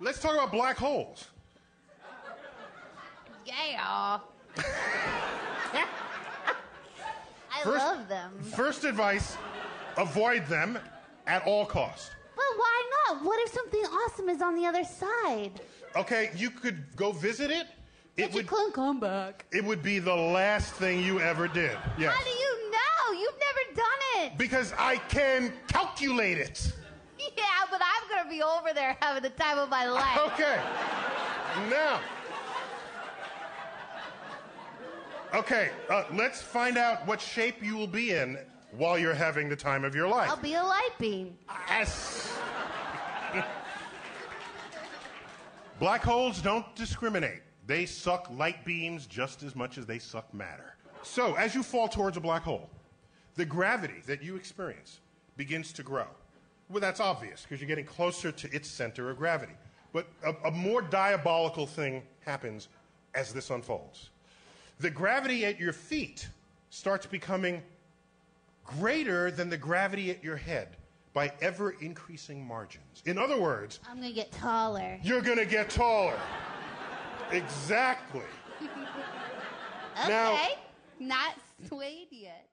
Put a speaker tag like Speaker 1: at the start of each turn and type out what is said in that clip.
Speaker 1: Let's talk about black holes.
Speaker 2: Yeah. I
Speaker 1: First-
Speaker 2: love them.
Speaker 1: First advice avoid them at all cost.
Speaker 2: But why not? What if something awesome is on the other side?
Speaker 1: Okay, you could go visit it. It
Speaker 2: But you
Speaker 1: would,
Speaker 2: couldn't come back.
Speaker 1: it would be the last thing you ever did. Yes.
Speaker 2: How do you know? You've never done it.
Speaker 1: Because I can calculate it.
Speaker 2: Yeah, but I'm gonna be over there having the time of my life.
Speaker 1: Okay. Now. Okay, uh, let's find out what shape you will be in while you're having the time of your life.
Speaker 2: I'll be a light beam.
Speaker 1: Yes. Black holes don't discriminate. They suck light beams just as much as they suck matter. So, as you fall towards a black hole, the gravity that you experience begins to grow. Well, that's obvious because you're getting closer to its center of gravity. But a, a more diabolical thing happens as this unfolds. The gravity at your feet starts becoming greater than the gravity at your head by ever increasing margins. In other words,
Speaker 2: I'm gonna get taller.
Speaker 1: you're going to get taller. exactly.
Speaker 2: Okay.
Speaker 1: Now-
Speaker 2: Not swayed yet.